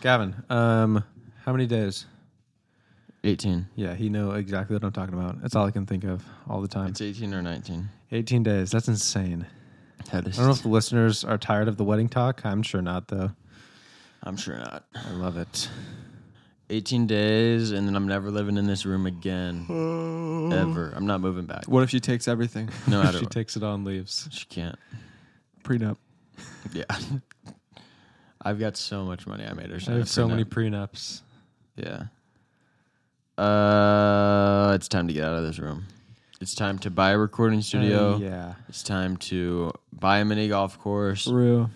Gavin, um, how many days? 18. Yeah, he know exactly what I'm talking about. That's all I can think of all the time. It's 18 or 19. 18 days. That's insane. That is, I don't know if the listeners are tired of the wedding talk. I'm sure not, though. I'm sure not. I love it. 18 days, and then I'm never living in this room again. Oh. Ever. I'm not moving back. What if she takes everything? No, I she don't. takes it on leaves. She can't. Prenup. Yeah. I've got so much money. I made her. I sign a have so many prenup. prenups. Yeah. Uh, it's time to get out of this room. It's time to buy a recording studio. Uh, yeah. It's time to buy a mini golf course. Real.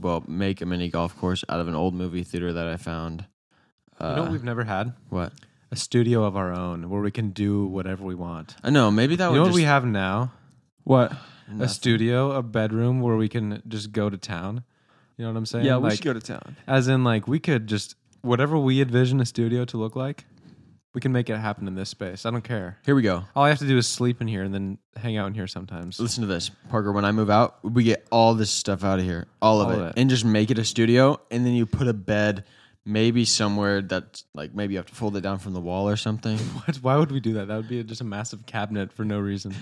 Well, make a mini golf course out of an old movie theater that I found. Uh, you know what we've never had? what? A studio of our own where we can do whatever we want. I know. Maybe that You would know what just, we have now? What? A Nothing. studio, a bedroom where we can just go to town. You know what I'm saying? Yeah, we like, should go to town. As in, like, we could just, whatever we envision a studio to look like, we can make it happen in this space. I don't care. Here we go. All I have to do is sleep in here and then hang out in here sometimes. Listen to this, Parker. When I move out, we get all this stuff out of here, all of, All it, of it. and just make it a studio. And then you put a bed, maybe somewhere that's like maybe you have to fold it down from the wall or something. What? Why would we do that? That would be just a massive cabinet for no reason.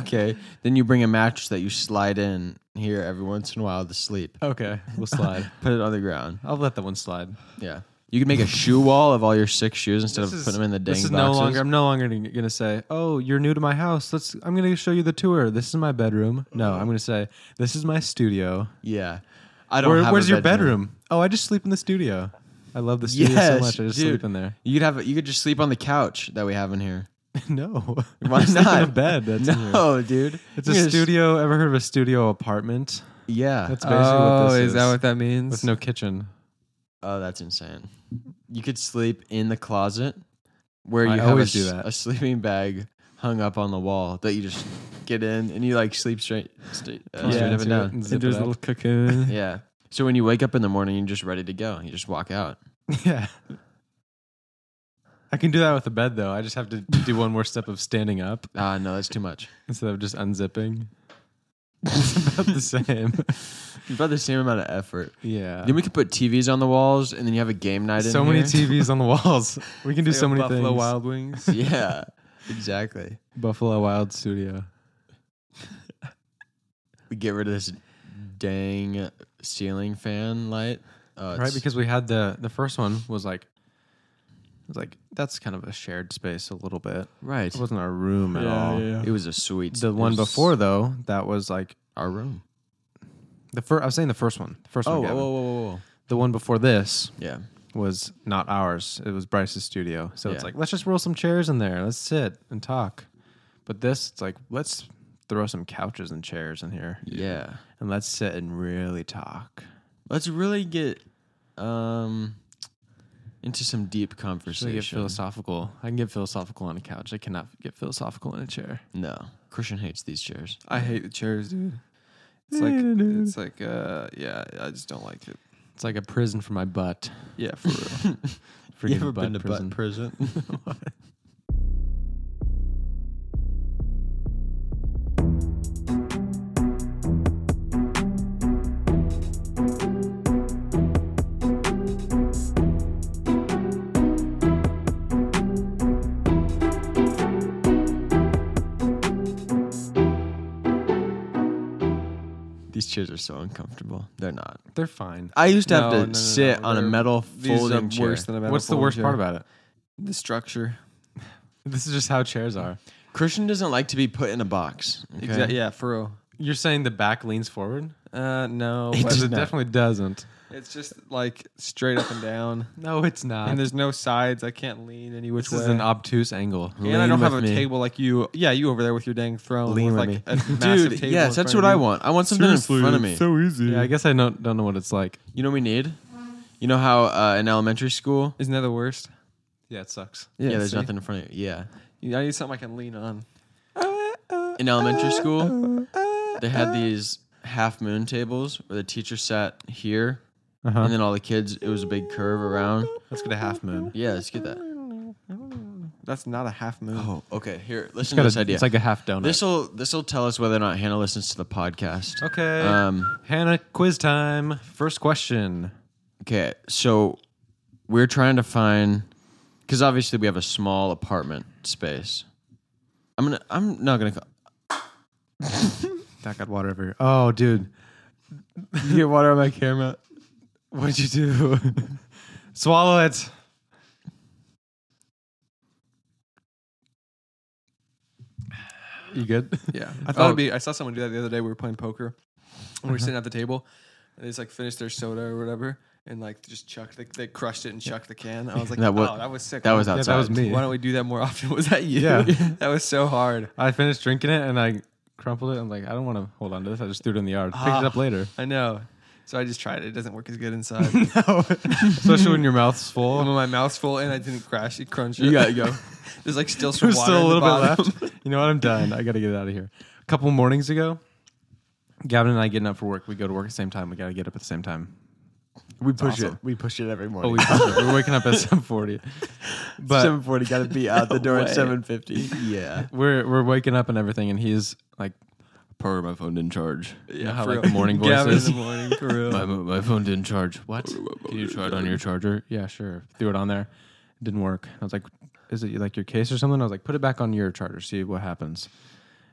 okay. Then you bring a mattress that you slide in here every once in a while to sleep. okay, we'll slide. Put it on the ground. I'll let that one slide. Yeah. You can make a shoe wall of all your six shoes instead of putting them in the dang this is boxes. no longer. I'm no longer gonna gonna say, "Oh, you're new to my house. Let's." I'm gonna show you the tour. This is my bedroom. No, Mm-hmm. I'm gonna say, "This is my studio." yeah. I don't. Where, have a where's your bedroom? Oh, I just sleep in the studio. I love the studio Yes, so much. I just dude. sleep in there. You could have. You could just sleep on the couch that we have in here. no, Why I sleep not? in a bed. That's in here. No, Oh, dude. It's You a just- studio. Ever heard of a studio apartment Yeah. That's- That's, basically what oh, this is, that is. what that means? with no kitchen? oh, that's insane. You could sleep in the closet where you I have a, always do s- that. a sleeping bag hung up on the wall that you just get in and you like sleep straight, straight, uh, Yeah, straight up that's and right. down. Zip Into it his up. little cocoon. Yeah. So when you wake up in the morning, you're just ready to go. You just walk out. Yeah. I can do that with a bed though. I just have to do one more step of standing up Ah, no, that's too much. instead of just unzipping. It's about the same. About the same amount of effort. Yeah. Then we could put TVs on the walls, and then you have a game night. in So many here. TVs on the walls. We can do so many Buffalo things. Wild Wings. yeah, exactly. Buffalo Wild Studio. We get rid of this dang ceiling fan light. Oh, Right? it's- Because we had the the first one was like it was like that's kind of a shared space a little bit. right. It wasn't our room at Yeah, all. yeah, yeah. It was a sweet. The it one was before though, that was like our room. the first I was saying the first one. The Oh, first one. Gavin. whoa, whoa. The one before this Yeah. was not ours. It was Bryce's studio. So it's Yeah. like, let's just roll some chairs in there. Let's sit and talk. But this, it's like, let's throw some couches and chairs in here Yeah. and let's sit and really talk. Let's really get um into some deep Should I get conversation. philosophical? I can get philosophical on a couch. I cannot get philosophical in a chair. no, Christian hates these chairs. I hate the chairs, dude. It's like it's like uh yeah, I just don't like it. It's like a prison for my butt. Yeah, for real. Freaking butt prison. prison? These chairs are so uncomfortable. They're not. They're fine. I used to No, have to no, no, sit no, on a they're- metal These are folding chair. worse than a metal What's the folding worst part chair. about it? the structure? This is just how chairs are. Christian doesn't like to be put in a box. Okay? Exact- Yeah, for real. You're saying the back leans forward? Uh, no, It but does it not. definitely doesn't. it's just like straight up and down, No, it's not. and there's no sides. I can't lean any which this way. is an obtuse angle. and I Lean don't have a with me. table like you. Yeah, you over there with your dang throne. Lean with like with a massive Dude, table yes, in that's front what of I you. want. I want something in front of me. easy. Yeah, I guess I don't don't know what it's like. you know what we need? You know how uh, in elementary school? Isn't that the worst? Yeah, it sucks. Yeah, there's see? nothing in front of you. Yeah. I need something I can lean on. In elementary school, they had these half moon tables where the teacher sat here Uh-huh. and then all the kids, it was a big curve around. Let's get a half moon. Yeah, let's get that. That's not a half moon. Oh, okay. Here, listen It's, got to a- this idea. it's like a half donut. This'll this'll tell us whether or not Hannah listens to the podcast. okay. Um, Hannah, quiz time. First question. Okay, so we're trying to find because obviously we have a small apartment space. I'm gonna. I'm not gonna. Call, That got water everywhere. Oh, dude. You get water on my camera. What'd you do? Swallow it. You good? Yeah, I thought Oh. it'd be. I saw someone do that the other day. We were playing poker, and we were sitting at the table, and they just like finished their soda or whatever, and like just chucked. They, they crushed it and chucked the can. I was like, that That wa- oh, that was sick. that Why was don't- that outside. was me. Why don't we do that more often? Was that you? Yeah. that was so hard. I finished drinking it and I crumpled it. I'm like, I don't want to hold on to this. I just threw it in the yard. Picked it Ah. up later. I know. So I just tried it. It doesn't work as good inside. No. Especially when your mouth's when full. my mouth's full and I didn't crash, it crunch it. You gotta go. There's like still some There's water still a little bit bottom. left. You know what? I'm done. I got to get it out of here. A couple mornings ago, Gavin and I getting up for work. We go to work at the same time. We got to get up at the same time. We push awesome. it. We push it every Oh, morning. we we're waking up at 7:40, but 740 got to be out the door at way. 750. Yeah. we're we're waking up and everything, and he's like, Power, my phone didn't charge. Yeah, how for like real. the morning Gavin in voices. the morning, for real. my, my phone didn't charge. What? Can you try it on your charger? "Yeah, sure." Threw it on there, it didn't work. I was like, "Is it like your case or something?" I was like, "Put it back on your charger, see what happens."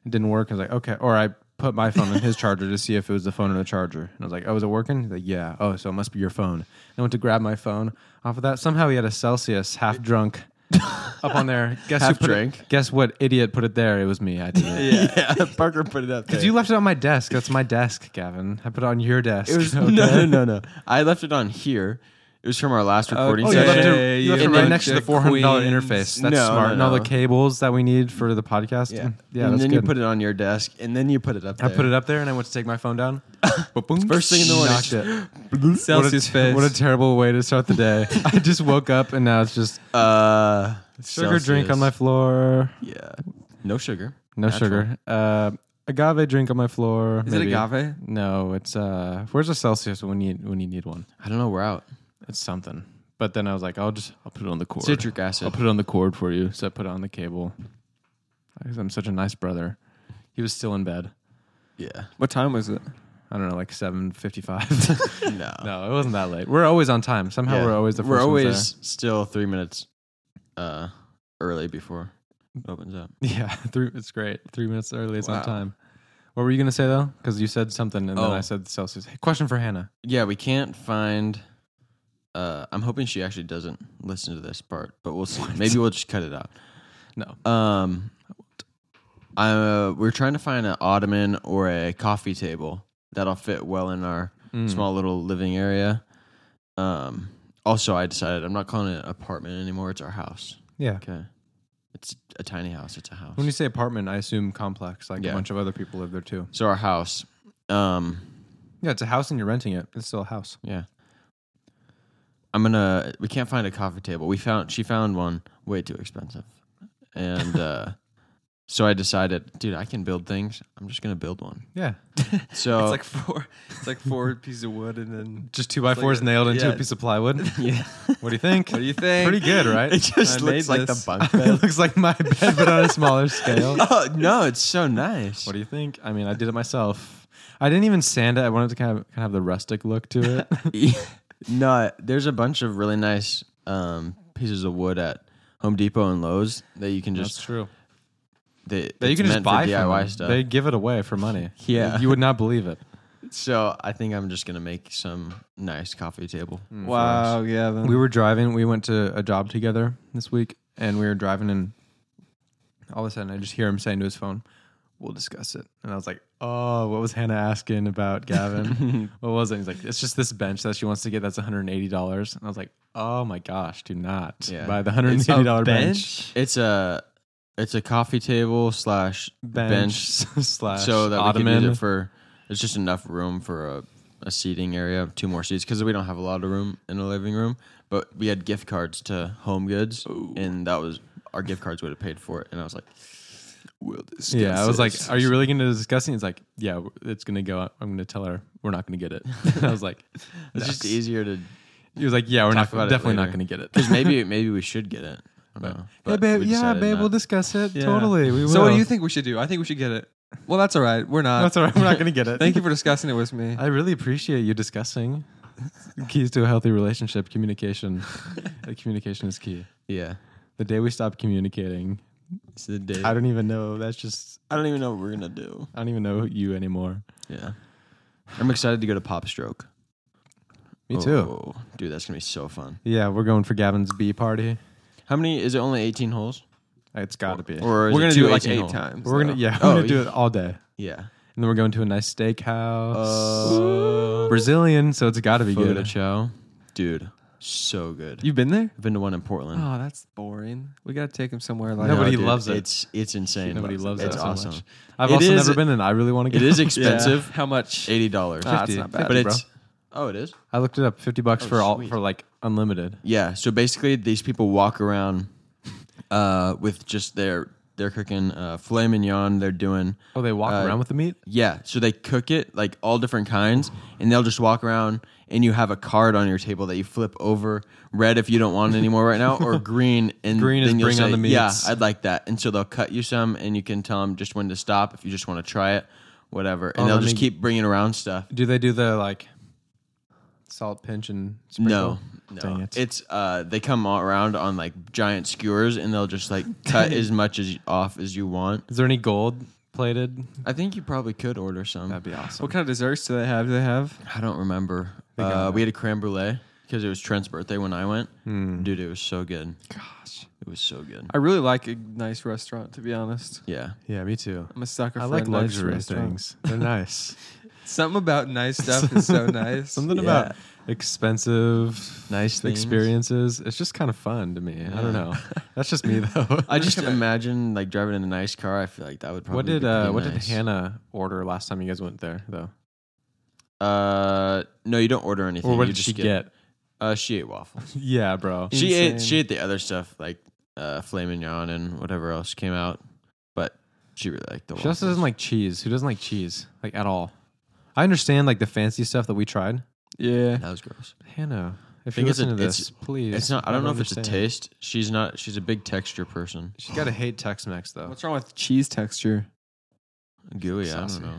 It didn't work. I was like, "Okay," or I put my phone in his charger to see if it was the phone in the charger, and I was like, "Oh, is it working?" He's like, "Yeah." Oh, so it must be your phone. And I went to grab my phone off of that. Somehow he had a Celsius half drunk. Up on there, guess who Half put it- drank. guess what idiot put it there? It was me. I did it. Yeah. Parker put it up there. Because you left it on my desk. That's my desk, Gavin. I put it on your desk. it was, no, no, no, no. I left it on here. It was from our last recording oh, you yeah, left session. yeah, it, you left yeah, it yeah. right next to the four hundred dollar Queens. interface. That's No, smart. no, And all the no. cables that we need for the podcast. Yeah. yeah. Mm. and that's then good. you put it on your desk, and then you put it up. I There. put it up there, and I went to take my phone down. Boom. First thing in the morning. Knocked it. Celsius what, a, face. what a terrible way to start the day. I just woke up, and now it's just Uh, sugar drink on my floor. Yeah, no sugar. No Natural. sugar. Uh, agave drink on my floor. Is maybe. it agave? No, it's uh. Where's the Celsius when you when you need one? I don't know. We're out. It's something. But then I was like, I'll just I'll put it on the cord. Citric acid. I'll put it on the cord for you. So I put it on the cable. Because I'm such a nice brother. He was still in bed. yeah. What time was it? I don't know, like seven fifty-five. No. no, it wasn't that late. We're always on time. Somehow Yeah. we're always the first. We're ones always still three minutes uh, early before it opens up. there. yeah. Three, it's great. Three minutes early. It's on Wow. time. What were you gonna say though? Because you said something, and then Oh. I said Celsius. Hey, question for Hannah. Yeah, we can't find. Uh, I'm hoping she actually doesn't listen to this part, but we'll see. Maybe we'll just cut it out. No. Um, I uh, we're trying to find an ottoman or a coffee table that'll fit well in our Mm. small little living area. Um, also, I decided I'm not calling it an apartment anymore. It's our house. Yeah. Okay, it's a tiny house. It's a house. When you say apartment, I assume complex. Like a Yeah. bunch of other people live there too. so our house. Um, Yeah, it's a house and you're renting it. It's still a house. yeah. I'm gonna. We can't find a coffee table. We found. She found one way too expensive, and uh, so I decided, dude, I can build things. I'm just gonna build one. Yeah. So It's like four. It's like four pieces of wood, and then Just two by It's like fours a- nailed into yeah. a piece of plywood. yeah, What do you think? what do you think? Pretty good, it right? just I looks made like the this. bunk bed. it looks like my bed, but on a smaller scale. oh no, it's so nice. What do you think? I mean, I did it myself. I didn't even sand it. I wanted to kind of kind of have the rustic look to it. no, there's a bunch of really nice um, pieces of wood at Home Depot and Lowe's that you can just true. they, That you it's can just meant for buy from DIY them. stuff. They give it away for money. Yeah. you would not believe it. So I think I'm just gonna make some nice coffee table. Mm, Wow, Gavin. We were driving. We went to a job together this week, and we were driving, and all of a sudden, I just hear him saying to his phone, "We'll discuss it." And I was like, "Oh, what was Hannah asking about Gavin? what was it?" He's like, "It's just this bench that she wants to get. That's one hundred and eighty dollars." And I was like, "Oh my gosh, do not Yeah. buy the one hundred and eighty dollar bench. It's a it's a coffee table slash bench, slash so that we ottoman. can use it for. It's just enough room for a, a seating area, two more seats because we don't have a lot of room in the living room. But we had gift cards to Home Goods, and that was our gift cards would have paid for it. And I was like, will discuss yeah, I was like, it. "Are you really going to discuss it?" He's like, "Yeah, it's going to go. out. I'm going to tell her we're not going to get it." I was like, it's just easier to He was like, "Yeah, we're not Talk about it definitely not later. going to get it." because maybe maybe we should get it. I don't know. Hey, But babe. we Yeah, decided babe. not. We'll discuss it. Yeah. Totally. We will. So, what do you think we should do? I think we should get it. Well, that's all right. We're not. That's all right. We're not going to get it. Thank you for discussing it with me. I really appreciate you discussing. Keys to a healthy relationship: communication. Uh, communication is key. Yeah. The day we stop communicating, It's the day. I don't even know. That's just I don't even know what we're gonna do. I don't even know you anymore. yeah. I'm excited to go to Pop Stroke. Me too. Oh, dude, that's gonna be so fun. Yeah, we're going for Gavin's B party. How many? Is it only 18 holes? It's got to be. Or is We're gonna two do it like 18 eight hole? times. we're gonna though. yeah, we're Oh, gonna do yeah. it all day, Yeah. and then we're going to a nice steakhouse. Oh. Brazilian, so it's got to be Fogo de good. Chao. Dude, so good. You've been there? I've been to one in Portland. Ah, Oh, that's boring. We gotta take him somewhere like uh, No, No, Nobody dude, loves it. It's it's insane. Nobody loves it. It's that so awesome. much. I've It also is- never been, and I really want to It go. is expensive. How much? Eighty dollars. Ah, that's not bad. But 50, it's oh, it is. I looked it up. Fifty bucks for all sweet. for like unlimited. Yeah. So basically, these people walk around uh, with just their they're cooking uh, filet mignon. They're doing Oh, they walk Uh, around with the meat. yeah. So they cook it like all different kinds, and they'll just walk around. And you have a card on your table that you flip over, red if you don't want it anymore right now, or green. And Green is then you'll bring on say, the Yeah, meats." I'd like that. And so they'll cut you some, and you can tell them just when to stop if you just want to try it, whatever. And Oh, they'll let just me- keep bringing around stuff. Do they do the like salt pinch and sprinkle? No, no. Dang it. It's uh, they come all around on like giant skewers, and they'll just like cut as much as off as you want. Is there any gold plated? I think you probably could order some. That'd be awesome. What kind of desserts do they have? Do they have? I don't remember. got Uh, we had a creme brulee because it was Trent's birthday when I went. Hmm. Dude, it was so good. Gosh, It was so good. I really like a nice restaurant. To be honest, yeah, Yeah, me too. I'm a sucker. I for like a nice luxury restaurant. things. They're nice. Something about nice stuff is so nice. Something Yeah. about expensive, Nice things. experiences. It's just kind of fun to me. I don't know. That's just me though. I just imagine like driving in a nice car. I feel like that would probably. what did be uh, pretty what did nice. Hannah order last time you guys went there though? Uh, no, you don't order anything. Or what you did just she get? Uh, she ate waffles. Yeah, bro. She ate Insane. she ate the other stuff like uh filet mignon and whatever else came out, but she really liked the. She also waffles. doesn't like cheese. Who doesn't like cheese? Like at all. I understand like the fancy stuff that we tried. yeah. that was gross. Hannah, if you think it's a- listen to this, it's- please. It's not. I don't know if it's a understand. taste. She's not. She's a big texture person. She's got to hate Tex-Mex though. What's wrong with cheese texture? Gooey. I Saucy. don't know.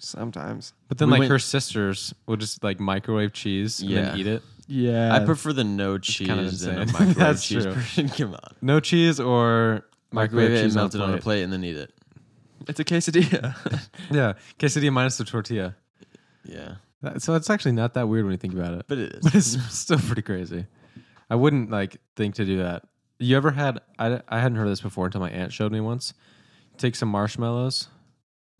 Sometimes. But then We like went- her sisters will just like microwave cheese and Yeah. then eat it. Yeah. I prefer the no cheese kind of than a insane. microwave That's cheese true. person. Come on. No cheese or Microwave it and cheese melt it on a plate. plate and then eat it. It's a quesadilla. Yeah, quesadilla minus the tortilla. Yeah, That- so it's actually not that weird when you think about it. but it is. but it's still pretty crazy. I wouldn't like think to do that. You ever had? I I hadn't heard of this before until my aunt showed me once. Take some marshmallows,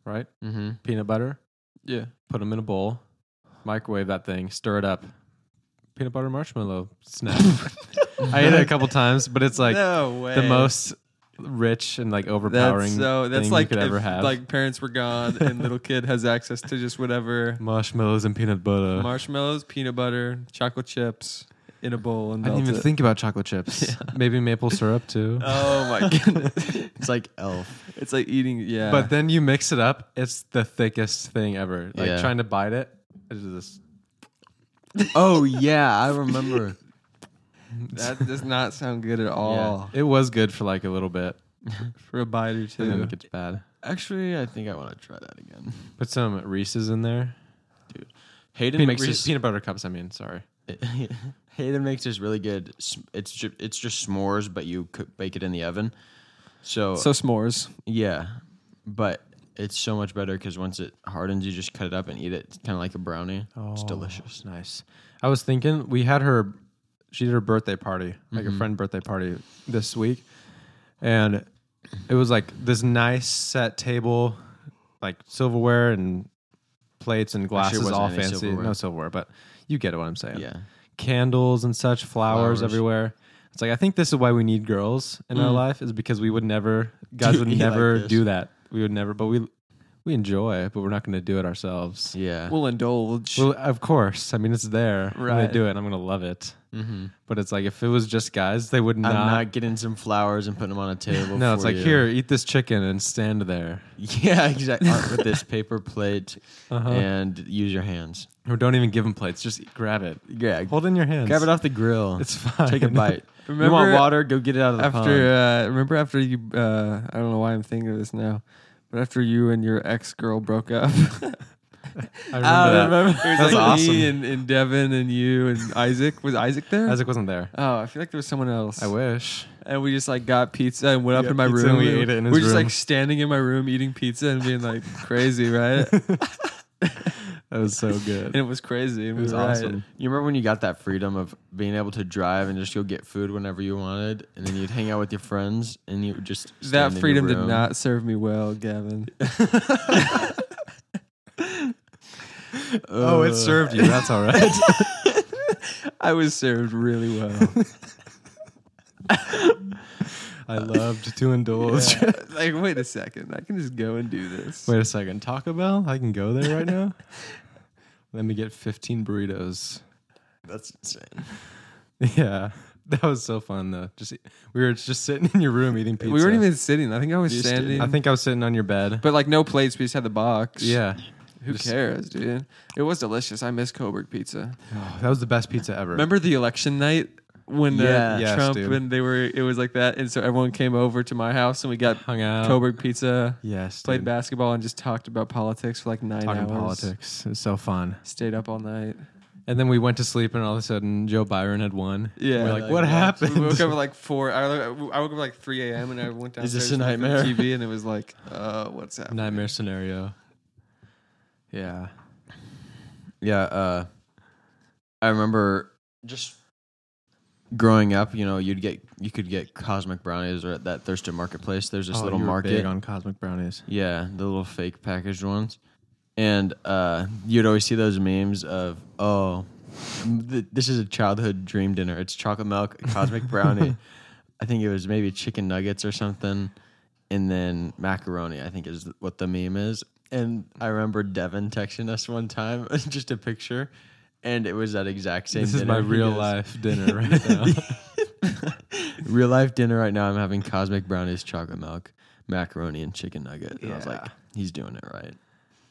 right? mm-hmm. Peanut butter. yeah. Put them in a bowl. Microwave that thing. Stir it up. Peanut butter marshmallow snack. I ate it a couple times, but it's like no way. the most rich and like overpowering That's so. That's thing like you could if, ever have. like parents were gone and little kid has access to just whatever marshmallows and peanut butter. marshmallows, peanut butter, chocolate chips in a bowl and I didn't melt even it. think about chocolate chips. Maybe maple syrup too. Oh my goodness! It's like Elf. it's like eating. Yeah. But then you mix it up, it's the thickest thing ever. Like Yeah. trying to bite it, it's just Oh yeah, I remember. that does not sound good at Oh. all It was good for like a little bit, for a bite or and then two. it gets bad. Actually, I think I want to try that again. Put some Reese's in there. Hayden Peanut, makes Reese's, this peanut butter cups. I mean, sorry. Hayden makes this really good. s- It's ju- it's just s'mores, but you cook, bake it in the oven. So, So s'mores. yeah, but it's so much better because once it hardens, you just cut it up and eat it. It's kind of like a brownie. It's delicious. Oh. Nice. I was thinking we had her. She did her birthday party, like Mm-hmm. a friend birthday party this week, and it was like this nice set table, like silverware and plates and glasses, wasn't all any fancy. silverware. No silverware, but you get what I'm saying. Yeah, candles and such, flowers, Flowers. everywhere. It's like I think this is why we need girls in our life is because we would never guys would eat like never this. do that. We would never, but we we enjoy, it, but we're not going to do it ourselves. yeah. We'll indulge. Well, of course. I mean, it's there. I'm gonna Right. do it. and I'm gonna love it. But it's like if it was just guys, they would I'm not. not, getting some flowers and putting them on a table. no, it's for like you. here, eat this chicken and stand there, Yeah, exactly. With this paper plate and use your hands. or don't even give them plates. Just grab it. Yeah, Hold it in your hands. grab it off the grill. It's fine. Take a bite. you want Remember- water? Go get it out of the pond. after uh, remember after you uh, I don't know why I'm thinking of this now, but after you and your ex girl broke up, I remember I that. remember. It was That's like awesome. me and, and Devin and you and Isaac. Was Isaac there? Isaac wasn't there. Oh, I feel like there was someone else. I wish. and we just like got pizza and went up Yeah, in my pizza room. and we ate it in his We're just room. like standing in my room eating pizza and being like crazy, right? and That was so good. it was crazy. And It was we were right. awesome. You remember when you got that freedom of being able to drive and just go get food whenever you wanted, and then you'd hang out with your friends, and you would just stand That in your freedom did room? not serve me well, Gavin. oh, it served you. That's all right. I was served really well. I loved to indulge. Yeah. like, wait a second. I can just go and do this. Wait a second, Taco Bell? I can go there right now. Let me get 15 burritos. That's insane. Yeah, that was so fun though. Just we were just sitting in your room eating pizza. we weren't even sitting. I think I was Just did. standing. I think I was sitting on your bed. but like no plates. We just had the box. yeah, Who Just- cares, dude? It was delicious. I miss Coburg pizza. Oh, that was the best pizza ever. Remember the election night when uh, Yeah. Yes, Trump dude. and they were it was like that, and so everyone came over to my house and we got hung out. Coburg pizza, Yes, played dude. basketball, and just talked about politics for like nine Talking hours. politics. It was so fun. Stayed up all night. And then we went to sleep, and all of a sudden, Joe Byron had won. Yeah, we're like, what happened? We woke up at like four. I, I woke up at like three a.m. and I went downstairs Is this a and looked at nightmare? the TV and it was like, uh, what's happening? Nightmare scenario. Yeah. Yeah, uh, I remember just growing up. You know, you'd get you could get cosmic brownies or at that Thurston marketplace. There's this Oh, little you were big market on cosmic brownies. Yeah, the little fake packaged ones. And uh, you'd always see those memes of, oh, th- this is a childhood dream dinner. It's chocolate milk, cosmic brownie. I think it was maybe chicken nuggets or something. And then macaroni, I think is what the meme is. And I remember Devin texting us one time just a picture. And it was that exact same This is dinner. my He real goes, life dinner right now. Real life dinner right now. I'm having cosmic brownies, chocolate milk, macaroni, and chicken nugget. And I was like, Yeah. he's doing it right.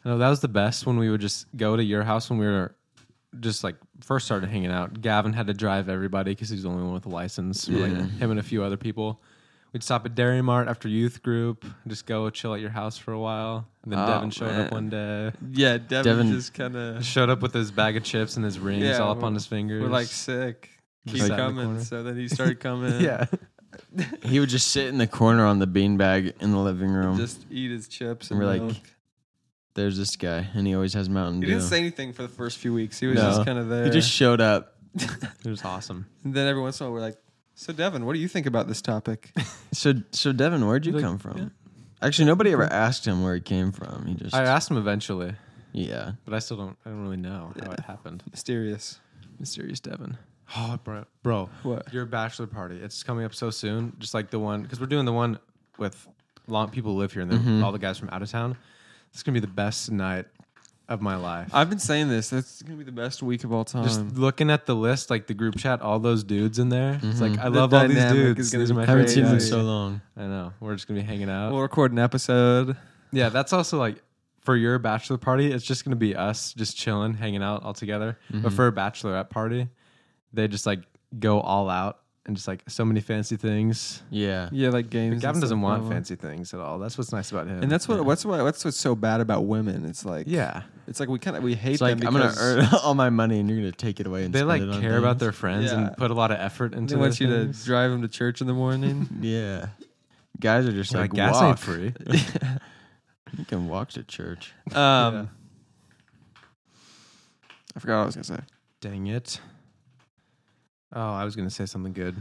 No, that was the best when we would just go to your house when we were just like first started hanging out. Gavin had to drive everybody because he's the only one with a license. Like him and a few other people. We'd stop at Dairy Mart after youth group, just go chill at your house for a while. And then Oh, Devin showed man. up one day. Yeah, Devin, Devin- just kind of. Showed up with his bag of chips and his rings Yeah, all up we're- on his fingers. We're like sick. Just Keep sat in the coming. corner. So then he started coming. yeah. He would just sit in the corner on the beanbag in the living room. Just eat his chips and We're like, milk. There's this guy, and he always has Mountain He Dew. didn't say anything for the first few weeks. He was No. just kind of there. He just showed up. It was awesome. and then every once in a while, we're like, "So Devin, what do you think about this topic?" So, so Devin, where'd you Like, come from? Actually, nobody ever asked him where he came from. He just, I asked him eventually, yeah. but I still don't I don't really know how it happened. Mysterious. Mysterious Devin. Oh, bro, bro, What? your bachelor party? It's coming up so soon. Just like the one because we're doing the one with long people who live here and then Mm-hmm. all the guys from out of town. It's gonna be the best night of my life. I've been saying this. That's gonna be the best week of all time. just looking at the list, like the group chat, all those dudes in there. It's like I Mm-hmm. The love all these dynamic dudes. is gonna These are be my I haven't favorite seen him in guys. crazy. so long. I know. We're just gonna be hanging out. we'll record an episode. yeah, that's also like for your bachelor party. It's just gonna be us just chilling, hanging out all together. But Mm-hmm. for a bachelorette party, they just like go all out and just like so many fancy things. Yeah. Yeah, like games. and Gavin stuff doesn't want going on. fancy things at all. That's what's nice about him. And that's what what's what that's what's so bad about women. It's like yeah, it's like we kind of we hate It's like them I'm gonna because earn all my money, and you're gonna take it away. And they spend like it care on about their things. friends Yeah. and put a lot of effort into. they want you their to things. drive them to church in the morning. Yeah. Guys are just like like, gas walk. ain't free. You can walk to church. um, I forgot what I was gonna say. Dang it! Oh, I was gonna say something good.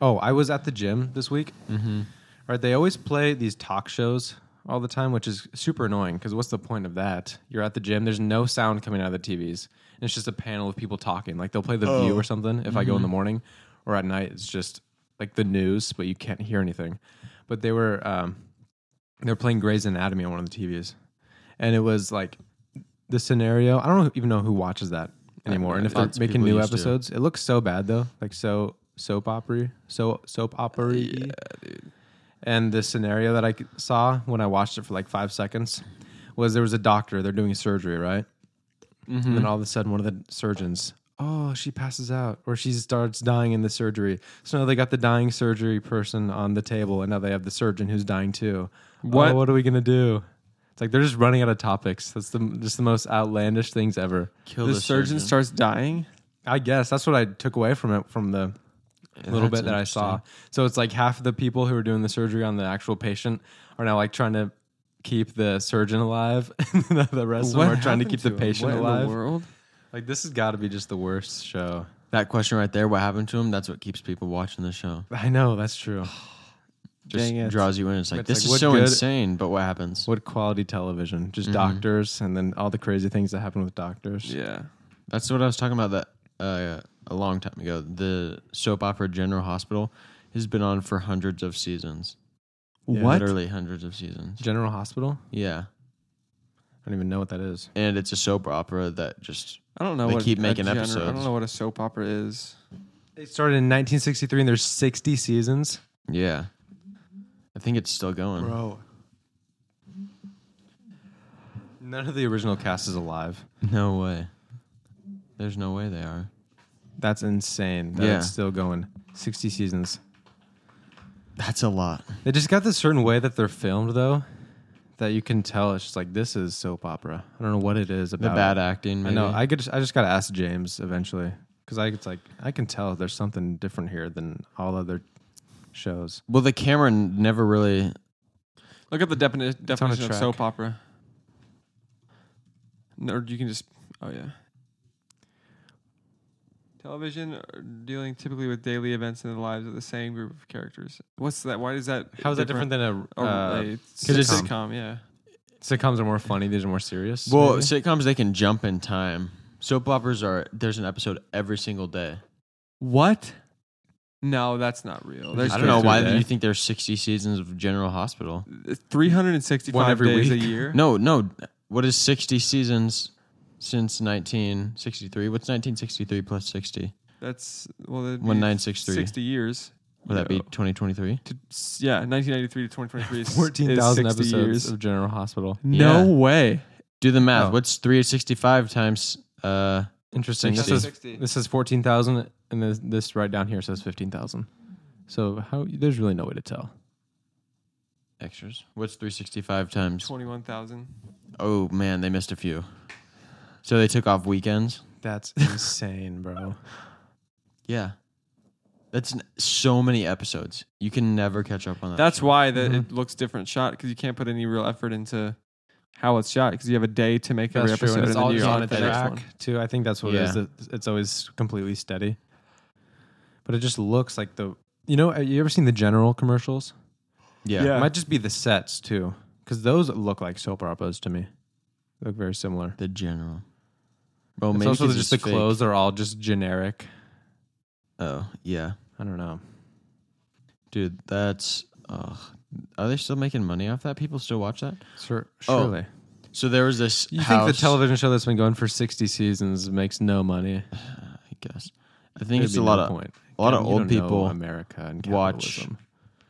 Oh, I was at the gym this week. Mm-hmm. Right, they always play these talk shows all the time, which is super annoying because what's the point of that? You're at the gym, there's no sound coming out of the TVs, and it's just a panel of people talking. Like they'll play The View or something if I go in the morning, or at night it's just like the news, but you can't hear anything. But they were um, they're playing Grey's Anatomy on one of the TVs, and it was like the scenario. I don't even know who watches that anymore, and if they're Lots of making people new used to. episodes, it looks so bad though, like so soap opera, so soap opera. And the scenario that I c- saw when I watched it for like five seconds was there was a doctor, they're doing surgery, right? And then Mm-hmm. all of a sudden, one of the surgeons, oh, she passes out or she starts dying in the surgery. So now they got the dying surgery person on the table, and now they have the surgeon who's dying too. Oh, What? What? what are we going to do? It's like they're just running out of topics. That's the just the most outlandish things ever. Kill the surgeon starts dying. I guess that's what I took away from it from the Yeah, little that's bit that I saw. So it's like half of the people who are doing the surgery on the actual patient are now like trying to keep the surgeon alive, and the- the rest of them are trying to happened keep the him? patient What in the alive. world? Like this has got to be just the worst show. That question right there, what happened to him? That's what keeps people watching the show. I know that's true. Just Dang it. draws you in. It's like It's this like, is what so good- insane, but what happens? What quality television? Just doctors, and then all the crazy things that happen with doctors. Yeah. That's what I was talking about that uh, a long time ago. The soap opera General Hospital has been on for hundreds of seasons. Yeah. Literally hundreds of seasons. General Hospital. Yeah. I don't even know what that is. And it's a soap opera that just I don't know. They what keep a making genre- I episodes. don't know what a soap opera is. It started in 1963, and there's 60 seasons. yeah. I think it's still going. Oh. Bro. None of the original cast is alive. No way. There's no way they are. That's insane. That Yeah. it's still going. 60 seasons. That's a lot. They just got this certain way that they're filmed, though, that you can tell it's just like this is soap opera. I don't know what it is The about. bad it. acting. I Maybe. know. I could. Just, I just got to ask James eventually because I it's like I can tell there's something different here than all other shows. well, the camera n- never really. Look up the defini- on a definition of track. soap opera. No, Or you can just. Oh yeah. Television uh, dealing typically with daily events in the lives of the same group of characters. What's that? Why is that? How is that different than a? Or Uh, a it's- sitcom, yeah. sitcoms are more funny. These are more serious. Well, maybe? sitcoms they can jump in time. Soap operas are there's an episode every single day. What? No, that's not real. There's I don't know why every day. you think there's 60 seasons of General Hospital. 365 One every days week. a year. No, no. What is 60 seasons since 1963? What's 1963 plus 60? That's well, that'd be 1963. 60 years. Would that be No. 2023? To, s- yeah, 1993 to 2023 is 14,000 is episodes 60 years. of General Hospital. No Yeah. way. Do the math. Oh. What's 365 times? Uh, Interesting. This 60. is this is 14,000 and this, this right down here says 15,000. So how there's really no way to tell. extras. What's 365 times? 21,000. Oh man, they missed a few. So they took off weekends. That's insane, bro. Yeah, that's n- so many episodes. You can never catch up on that. That's why that Mhm. it looks different shot because you can't put any real effort into how it's shot because you have a day to make every That's true. episode And and it's then all you're just on on a to the next one. track too. I think that's what it Yeah. is. It- It's always completely steady. But it just looks like the you know, uh, you ever seen the general commercials? yeah. It might just be the sets too. Because those look like soap operas to me. They look very similar. The general. Well, It's maybe also 'cause just the it's fake. clothes are all just generic. Oh yeah, I don't know. dude. That's. Ugh. Are they still making money off that? People still watch that. Sur- Oh, surely. So there was this. You house, think the television show that's been going for 60 seasons makes no money? I I guess. I think it's a lot of a lot of old people America and watch- capitalism.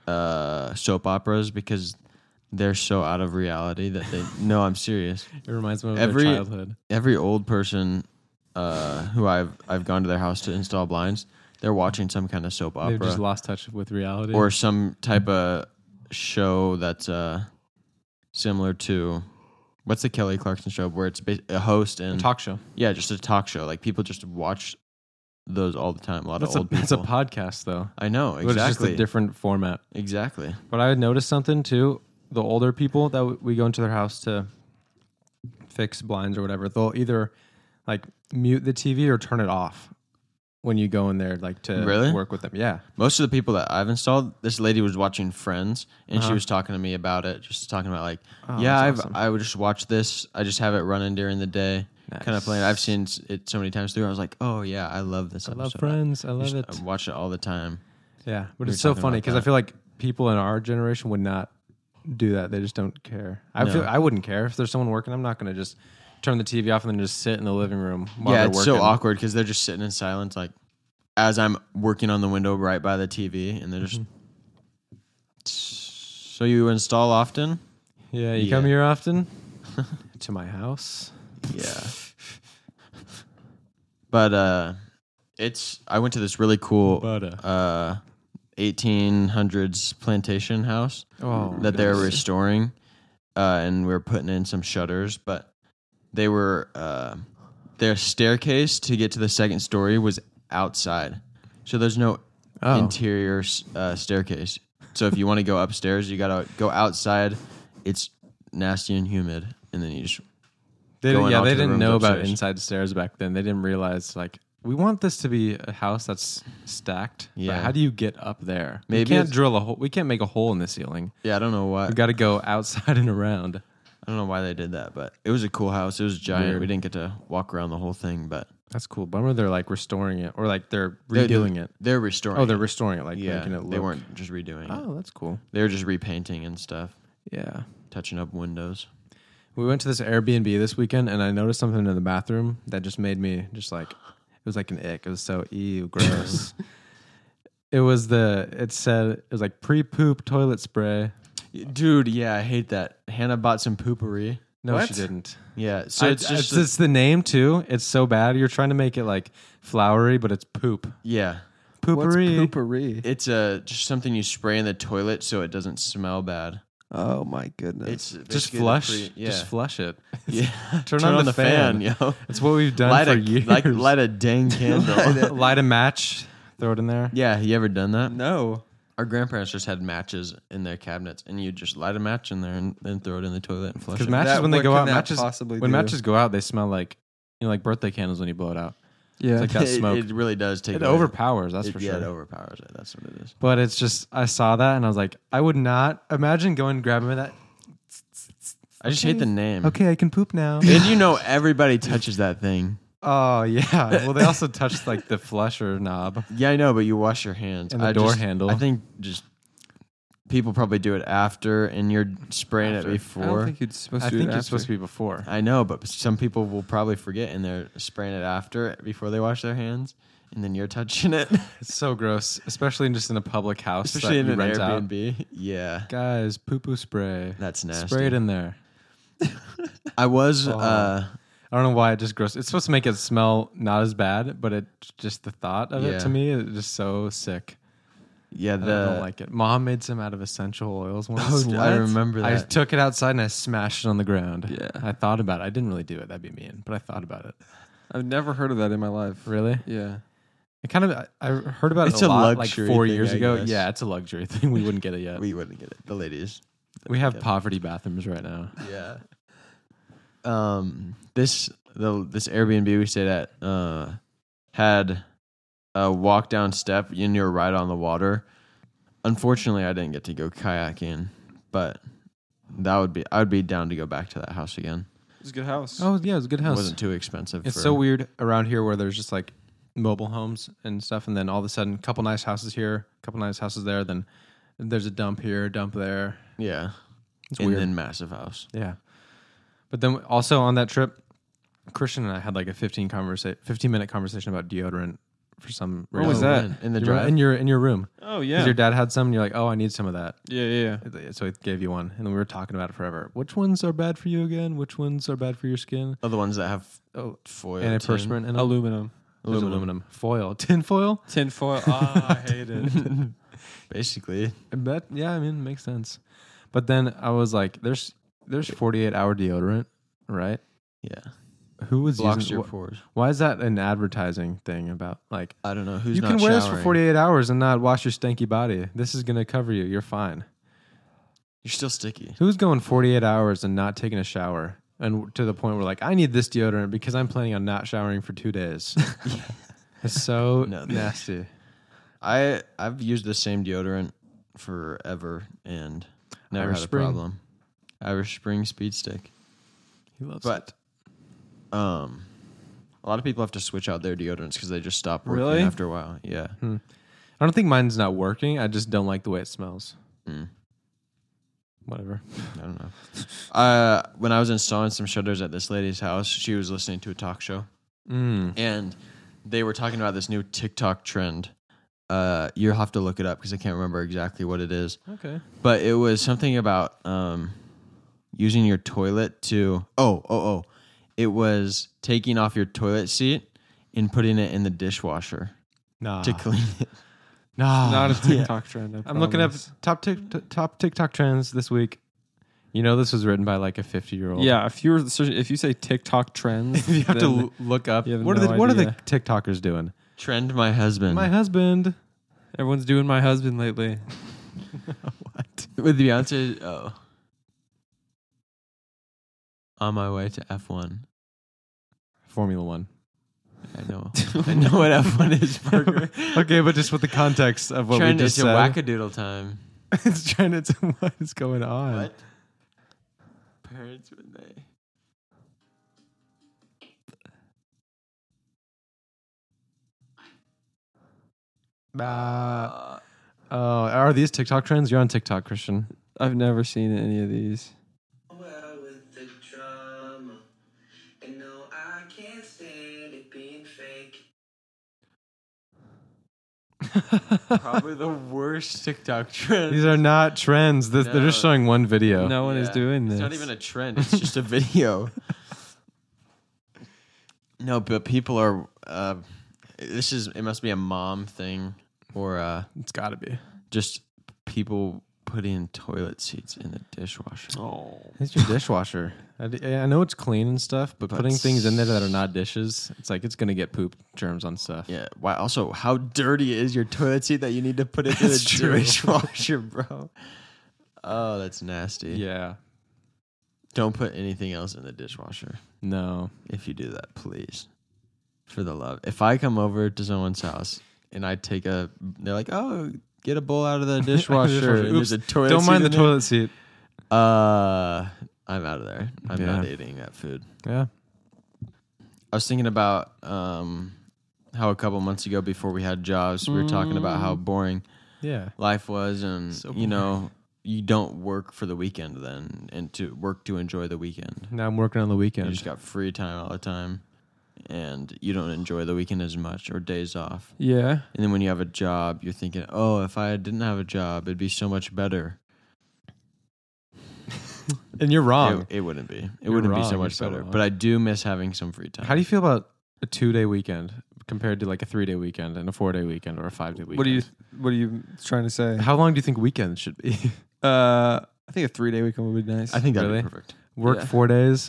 uh, soap operas because they're so out of reality that they. no, I'm serious. It reminds me of Every- their childhood. every old person uh, who I've I've gone to their house to install blinds, they're watching some kind of soap They've just opera lost touch with reality. or some type of show that's uh, similar to what's the Kelly Clarkson show where it's ba- a host and talk show. yeah, just a talk show. Like people just watch those all the time. A lot That's of a, old that's a people. podcast, though. I know But It's just exactly. a different format. exactly. But I noticed something, too. The older people that w- we go into their house to fix blinds or whatever, they'll either like mute the TV or turn it off when you go in there like to Really? work with them. Yeah. Most of the people that I've installed, this lady was watching Friends, and she Uh-huh. was talking to me about it, just talking about like, Oh, yeah, that's I've awesome. I would just watch this. I just have it running during the day, kind of Nice. playing. I've seen it so many times through. I was like, oh yeah, I love this. I episode. love Friends. I love just- it. I watch it all the time. Yeah, but We it's so were talking funny about because I that. feel like people in our generation would not do that. They just don't care. I No. feel I wouldn't care if there's someone working. I'm not going to just turn the TV off and then just sit in the living room while yeah, they're it's working. so awkward because they're just sitting in silence, like as I'm working on the window right by the TV, and they're just. Mm-hmm. So you install often? Yeah, you Yeah. come here often to my house. Yeah. but uh it's I went to this really cool But, uh, uh 1800s plantation house Oh, that they're nice. restoring uh, and we were putting in some shutters, but they were uh, their staircase to get to the second story was outside, so there's no Oh. interior s- uh, staircase. So if you want to go upstairs, you gotta go outside. It's nasty and humid, and then you just They didn't, going yeah, out they to the didn't rooms know about upstairs. inside stairs back then. They didn't realize like we want this to be a house that's stacked. but Yeah. how do you get up there? we Maybe can't it's- drill a hole. We can't make a hole in the ceiling. yeah. I don't know why. We got to go outside and around. I don't know why they did that, but it was a cool house. It was giant. We didn't get to walk around the whole thing, but That's cool. Bummer they're like restoring it or like they're redoing it. They're restoring. Oh, they're it. restoring it, like yeah. making it look. They weren't just redoing it. Oh, that's cool. They were just repainting and stuff, Yeah. touching up windows. We went to this Airbnb this weekend, and I noticed something in the bathroom that just made me just like it was like an ick. It was so ew, gross. it was the it said it was like pre poop toilet spray. Dude, yeah, I hate that. Hannah bought some poopery. No, she What? didn't. Yeah, so I- it's just it's the name too. It's so bad. You're trying to make it like flowery, but it's poop. yeah, Poopery. What's poopery? it's uh, just something you spray in the toilet so it doesn't smell bad. Oh my goodness. It's Just basically the flush. pre- yeah, Just flush it. yeah. Turn, on, the, fan. yo. It's what we've done Light for a years. like light a dang candle. light a match, throw it in there. yeah, you ever done that? no. Our grandparents just had matches in their cabinets, and you just light a match in there and then throw it in the toilet and flush Because it. matches That- when they what go can out, that matches possibly when do? matches go out, they smell like you know, like birthday candles when you blow it out. Yeah. It's like that It- smoke. It, really does take It away- overpowers, that's it- for yeah, sure. it overpowers it. That's what it is. but it's just I saw that and I was like, I would not imagine going and grabbing that. I just hate the name. Okay, I can poop now. And you know everybody touches that thing. oh yeah. Well, they also touched like the flusher knob. Yeah, I know, but you wash your hands. And the I door just- handle. I think just people probably do it after, and you're spraying it before. I I, don't think you're supposed to I do think it it's supposed after. to be before. know, but some people will probably forget, and they're spraying it after before they wash their hands, and then you're touching it, It's so gross, especially just in a public house, that especially in you an rent out. Airbnb. Yeah, Guys, poo poo spray. That's nasty. Spray it in there. I was. Oh. Uh, I don't know why it just gross. It's supposed to make it smell not as bad, but it just the thought of Yeah. it to me is just so sick. yeah, I the don't like it. Mom made some out of essential oils once. Oh, dude, I What? remember I that. took it outside and I smashed it on the ground. Yeah. I thought about it. I didn't really do it. That'd be mean. But I thought about it. I've never heard of that in my life. Really? Yeah. I kind of I- I heard about It's it a, a lot like luxury four thing, years I ago. guess. Yeah, it's a luxury thing. We wouldn't get it yet. we, we wouldn't get it. The ladies. have poverty bathrooms right now. yeah. Um, this the this Airbnb we stayed at uh had a walk down step and you're right on the water. Unfortunately, I didn't get to go kayaking, but that would be I would be down to go back to that house again. It's a good house. Oh yeah, it's a good It house. wasn't too expensive. It's for, so weird around here where there's just like mobile homes and stuff, and then all of a sudden, a couple nice houses here, a couple nice houses there, then there's a dump here, a dump there. Yeah, It's and weird. then massive house. yeah. But then also on that trip, Christian and I had like a 15 conversa- 15 minute conversation about deodorant for some reason. What was that? man, in the You remember- drive? in your in your room? Oh, Because yeah. your dad had some, and you're like, "Oh, I need some of that." yeah, yeah, yeah. So he gave you one, and we were talking about it forever. Which ones are bad for you again? Which ones are bad for your skin? Other ones that have Oh, foil tin. antiperspirant and Aluminum. aluminum. aluminum foil, tin foil. Tin foil. Ah, I hate it. Basically, I bet. Yeah, I mean, makes sense. But then I was like, "There's there's 48 hour deodorant, right? yeah, Who was blocks using? your wh- pores. why is that an advertising thing about like I don't know who's you not can wear this for showering? 48 hours and not wash your stanky body? This is gonna cover you. You're fine. You're still sticky. Who's going 48 hours and not taking a shower? And to the point where like I need this deodorant because I'm planning on not showering for two days. It's so No, that- nasty. I I've used the same deodorant forever and never Irish had a Spring. problem. Irish Spring Speed Stick, He loves but um, a lot of people have to switch out their deodorants because they just stop working Really? after a while. Yeah, Hmm. I don't think mine's not working. I just don't like the way it smells. Mm. Whatever. I don't know. uh, when I was installing some shutters at this lady's house, she was listening to a talk show Mm. and they were talking about this new TikTok trend. Uh, you'll have to look it up because I can't remember exactly what it is. Okay. but it was something about um, using your toilet to oh oh oh it was taking off your toilet seat and putting it in the dishwasher Nah. to clean it nah. Not a TikTok trend. I I'm looking up promise. top tic- top TikTok trends this week. You know, this was written by like a 50 year old. Yeah, if you were searching, if you say TikTok trends, If you have to then l- look up, you have what, are no the, what are the idea. TikTokers doing? Trend my husband. My husband. everyone's doing my husband lately. With Beyonce, oh. On my way to F1. Formula One. I know. I know what F1 is, Parker. Okay, but just with the context of what Trend we is just to said. wackadoodle time. it's trying to tell what is going on. Parents, when they. Uh, oh, are these TikTok trends? You're on TikTok, Christian. I've never seen any of these. well with the drama. And no, I can't stand it being fake. Probably the worst TikTok trend. These are not trends. This, They're just No. showing one video. No one is Yeah. doing this. It's not even a trend. It's just a video. no, but people are. Uh, this is. It must be a mom thing, or uh, It's got to be. just people putting toilet seats in the dishwasher. It's your dishwasher. I, d- I know it's clean and stuff, but, But putting things in there that are s- not dishes, it's like it's going to get poop germs on stuff. Yeah. Why? Also, how dirty is your toilet seat that you need to put into the That's true. dishwasher, bro? Oh, that's nasty. Yeah. Don't put anything else in the dishwasher. No. if you do that, please. For the love. If I come over to someone's house and I take a, they're like, oh, get a bowl out of the dishwasher. and Oops. there's a toilet Don't seat mind the in there, toilet seat. Uh, I'm out of there. I'm not Yeah. eating that food. Yeah. I was thinking about um, how a couple months ago before we had jobs, we were talking about how boring Yeah. life was and, Mm. So you know, you don't work for the weekend then and to work to enjoy the weekend. Now I'm working on the You weekend. just got free time all the time, and you don't enjoy the weekend as much or days off. yeah. And then when you have a job, you're thinking, "Oh, if I didn't have a job, it'd be so much better." and you're wrong. It, it wouldn't be. It You're wouldn't be wrong. so You're much so better. wrong. But I do miss having some free time. How do you feel about a two day weekend compared to like a three day weekend and a four day weekend or a five day weekend? What do you What are you trying to say? How long do you think weekends should be? Uh, I think a three day weekend would be nice. I think that'd Really? be perfect. Work Yeah. four days.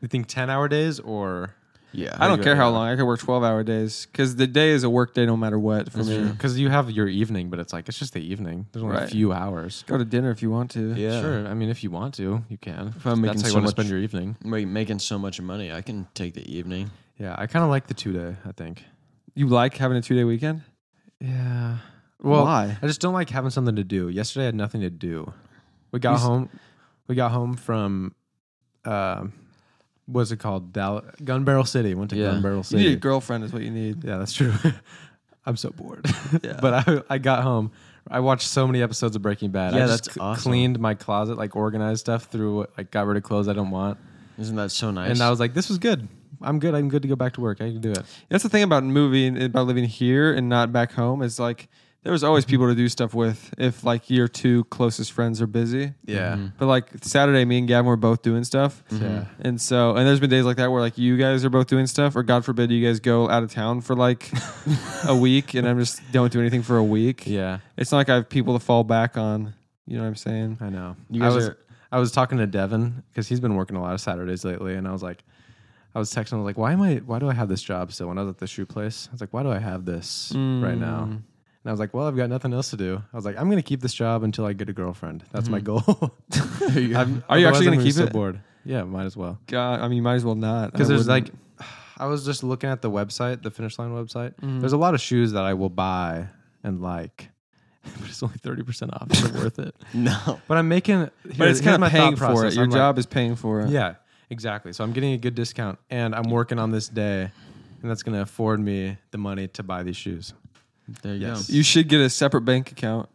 You think ten hour days or Yeah, I don't care how long. I could work twelve hour days because the day is a work day no matter what for That's me. true. because you have your evening, but it's like it's just the evening. There's only a Right. few hours. Go to dinner if you want to. Yeah, Sure. I mean, if you want to, you can. If I'm making That's how you want so to much- spend your evening. Wait, making so much money, I can take the evening. Yeah, I kind of like the two day. I think. You like having a two day weekend? Yeah. Well, Why? I just don't like having something to do. Yesterday I had nothing to do. We got You s- home. We got home from, um, what's it called? Dallas, Gun Barrel City. Went to Yeah. Gun Barrel You City. need a girlfriend is what you need. yeah, that's true. I'm so bored. but I I got home. I watched so many episodes of Breaking Bad. I Yeah, just that's c- awesome. cleaned my closet, like organized stuff through, like got rid of clothes I don't want, Isn't that so nice? and I was like, "This was good. I'm good. I'm good to go back to work. I can do it." That's the thing about moving, about living here and not back home is like there was always people to do stuff with if like your two closest friends are busy. Yeah, But like Saturday, me and Gavin were both doing stuff. Mm-hmm. yeah. And so, and there's been days like that where like you guys are both doing stuff, or God forbid you guys go out of town for like a week, and I'm just don't do anything for a week. Yeah, It's not like I have people to fall back on. You know what I'm saying? I know. You I guys was are- I was talking to Devin because he's been working a lot of Saturdays lately, and I was like, I was texting, I was like, why am I? Why do I have this job still? When I was at the shoe place, I was like, why do I have this right now? Mm. And I was like, well, I've got nothing else to do. I was like, I'm gonna keep this job until I get a girlfriend. That's my goal. I'm- Are you otherwise actually I'm gonna be keep so it? Bored. Yeah, might as well. God, I mean, you might as well not Because I there's like, wouldn't- I was just looking at the website, the Finish Line website. Mm. There's a lot of shoes that I will buy and like, but it's only thirty percent off. Is it worth it? no. But I'm making. but it's kind of paying for it. process. Your I'm like, job is paying for it. yeah, exactly. So I'm getting a good discount, and I'm working on this day, and that's going to afford me the money to buy these shoes. There you Yes. go. You should get a separate bank account.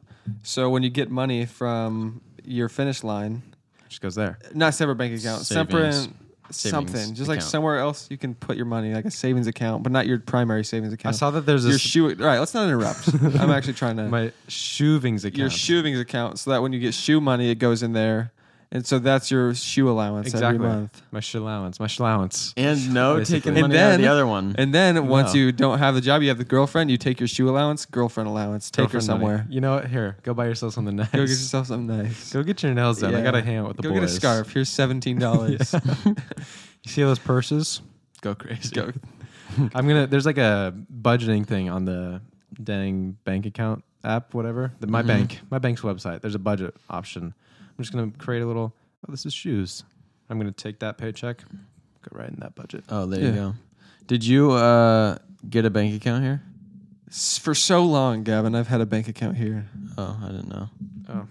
So when you get money from your finish line, Just goes there. not separate bank account, separate Savings. something, Savings just like account. somewhere else you can put your money, like a savings account, but not your primary I savings account. saw that there's your this shoe. All right, let's not interrupt. I'm actually trying to my shoevings account. your shoeings account, so that when you get shoe money, it goes in there, And so that's your shoe allowance Exactly. every month. My shallowance. My shallowance. And no Basically. taking And money out of the then- other one. And then once No. you don't have the job, you have the girlfriend, you take your shoe allowance, girlfriend allowance, take her Girlfriend money. somewhere. You know what? Here, go buy yourself something nice. Go get yourself something nice. Go get your nails done. I Yeah. got to hang out with the Go boys. get a scarf. Here's seventeen dollars. You see those purses? Go crazy. Go. I'm gonna. There's like a budgeting thing on the dang bank account app, whatever. The, Mm-hmm. my bank, my bank's website. There's a budget option. I'm just gonna create a little. Oh, this is shoes. I'm gonna take that paycheck, go right in that budget. oh, there Yeah. you go. Did you uh, get a bank account here? For so long, Gavin, I've had a bank account here. Oh, I didn't know. Oh,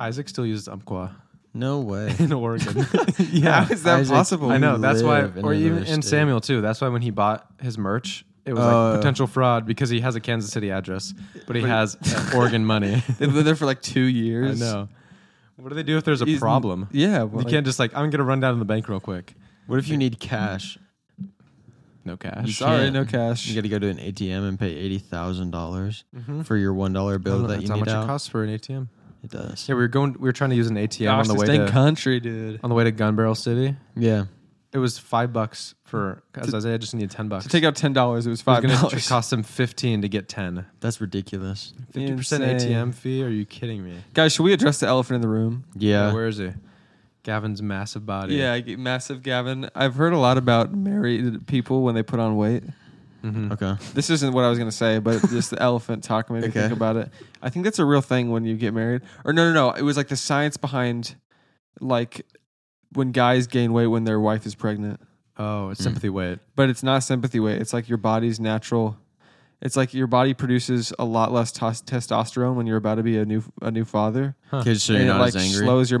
Isaac still uses Umpqua No way. in Oregon. Yeah, how is that Isaac, possible? I know. That's why, live in or even another and state. Samuel too. That's why when he bought his merch. It was Oh. like potential fraud because he has a Kansas City address, but he has uh, Oregon money. They've lived there for like two I years. know. What do they do if there's a He's- problem? Yeah, You can't just like I'm gonna run down to the bank real quick. What if you need cash? No cash. Sorry, can't. no cash. You got to go to an ATM and pay eighty dollars Mm-hmm. for your one dollar bill that you how need much out. it costs for an ATM. It does. Yeah, we were going. We were trying to use an ATM Gosh, on the this way dang to country, dude. on the way to Gun Barrel City. Yeah. It was five bucks for. As I said, I just needed ten bucks. To take out ten dollars, it it was was five gonna dollars. cost them fifteen to get ten. That's ridiculous. Fifty percent ATM fee? Are you kidding me? Guys, should we address the elephant in the room? Yeah. Where is he? Gavin's massive body. Yeah, I- massive Gavin. I've heard a lot about married people when they put on weight. okay. This isn't what I was going to say, but just the elephant talk made me Okay. think about it. I think that's a real thing when you get married. Or no, no, no. It was like the science behind like when guys gain weight when their wife is pregnant. Oh, it's sympathy weight. But it's not sympathy weight. It's like your body's natural. It's like your body produces a lot less tos- testosterone when you're about to be a new a new father. Okay, so you're and it not as like angry. slows your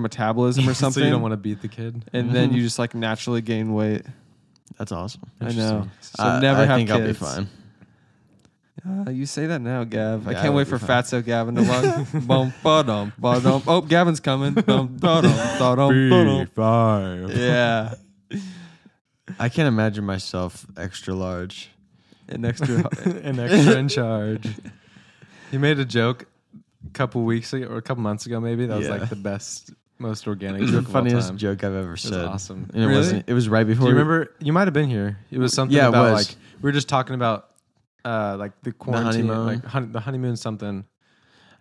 metabolism or something. So you don't want to beat the kid. and then you just like naturally gain weight. That's awesome. I know. Interesting. So I- never I have think I'll be kids. fine. Uh, you say that now, Gav. I Yeah, can't it'll wait be for fine. Fatso Gavin to log. bum, ba-dum, ba-dum. Oh, Gavin's coming. Bum, ba-dum, ba-dum, ba-dum. five. Yeah. I can't imagine myself extra large. An extra. an extra in charge. He made a joke a couple weeks ago or a couple months ago, maybe. That was Yeah. like the best, most organic It's the joke. funniest of all time. joke I've ever It said. was awesome. And it Really? wasn't. It was right Do before. you we- remember? You might have been here. It was something Yeah, it about was. like we were just talking about uh like the quarantine, honeymoon. like hun- the honeymoon, something.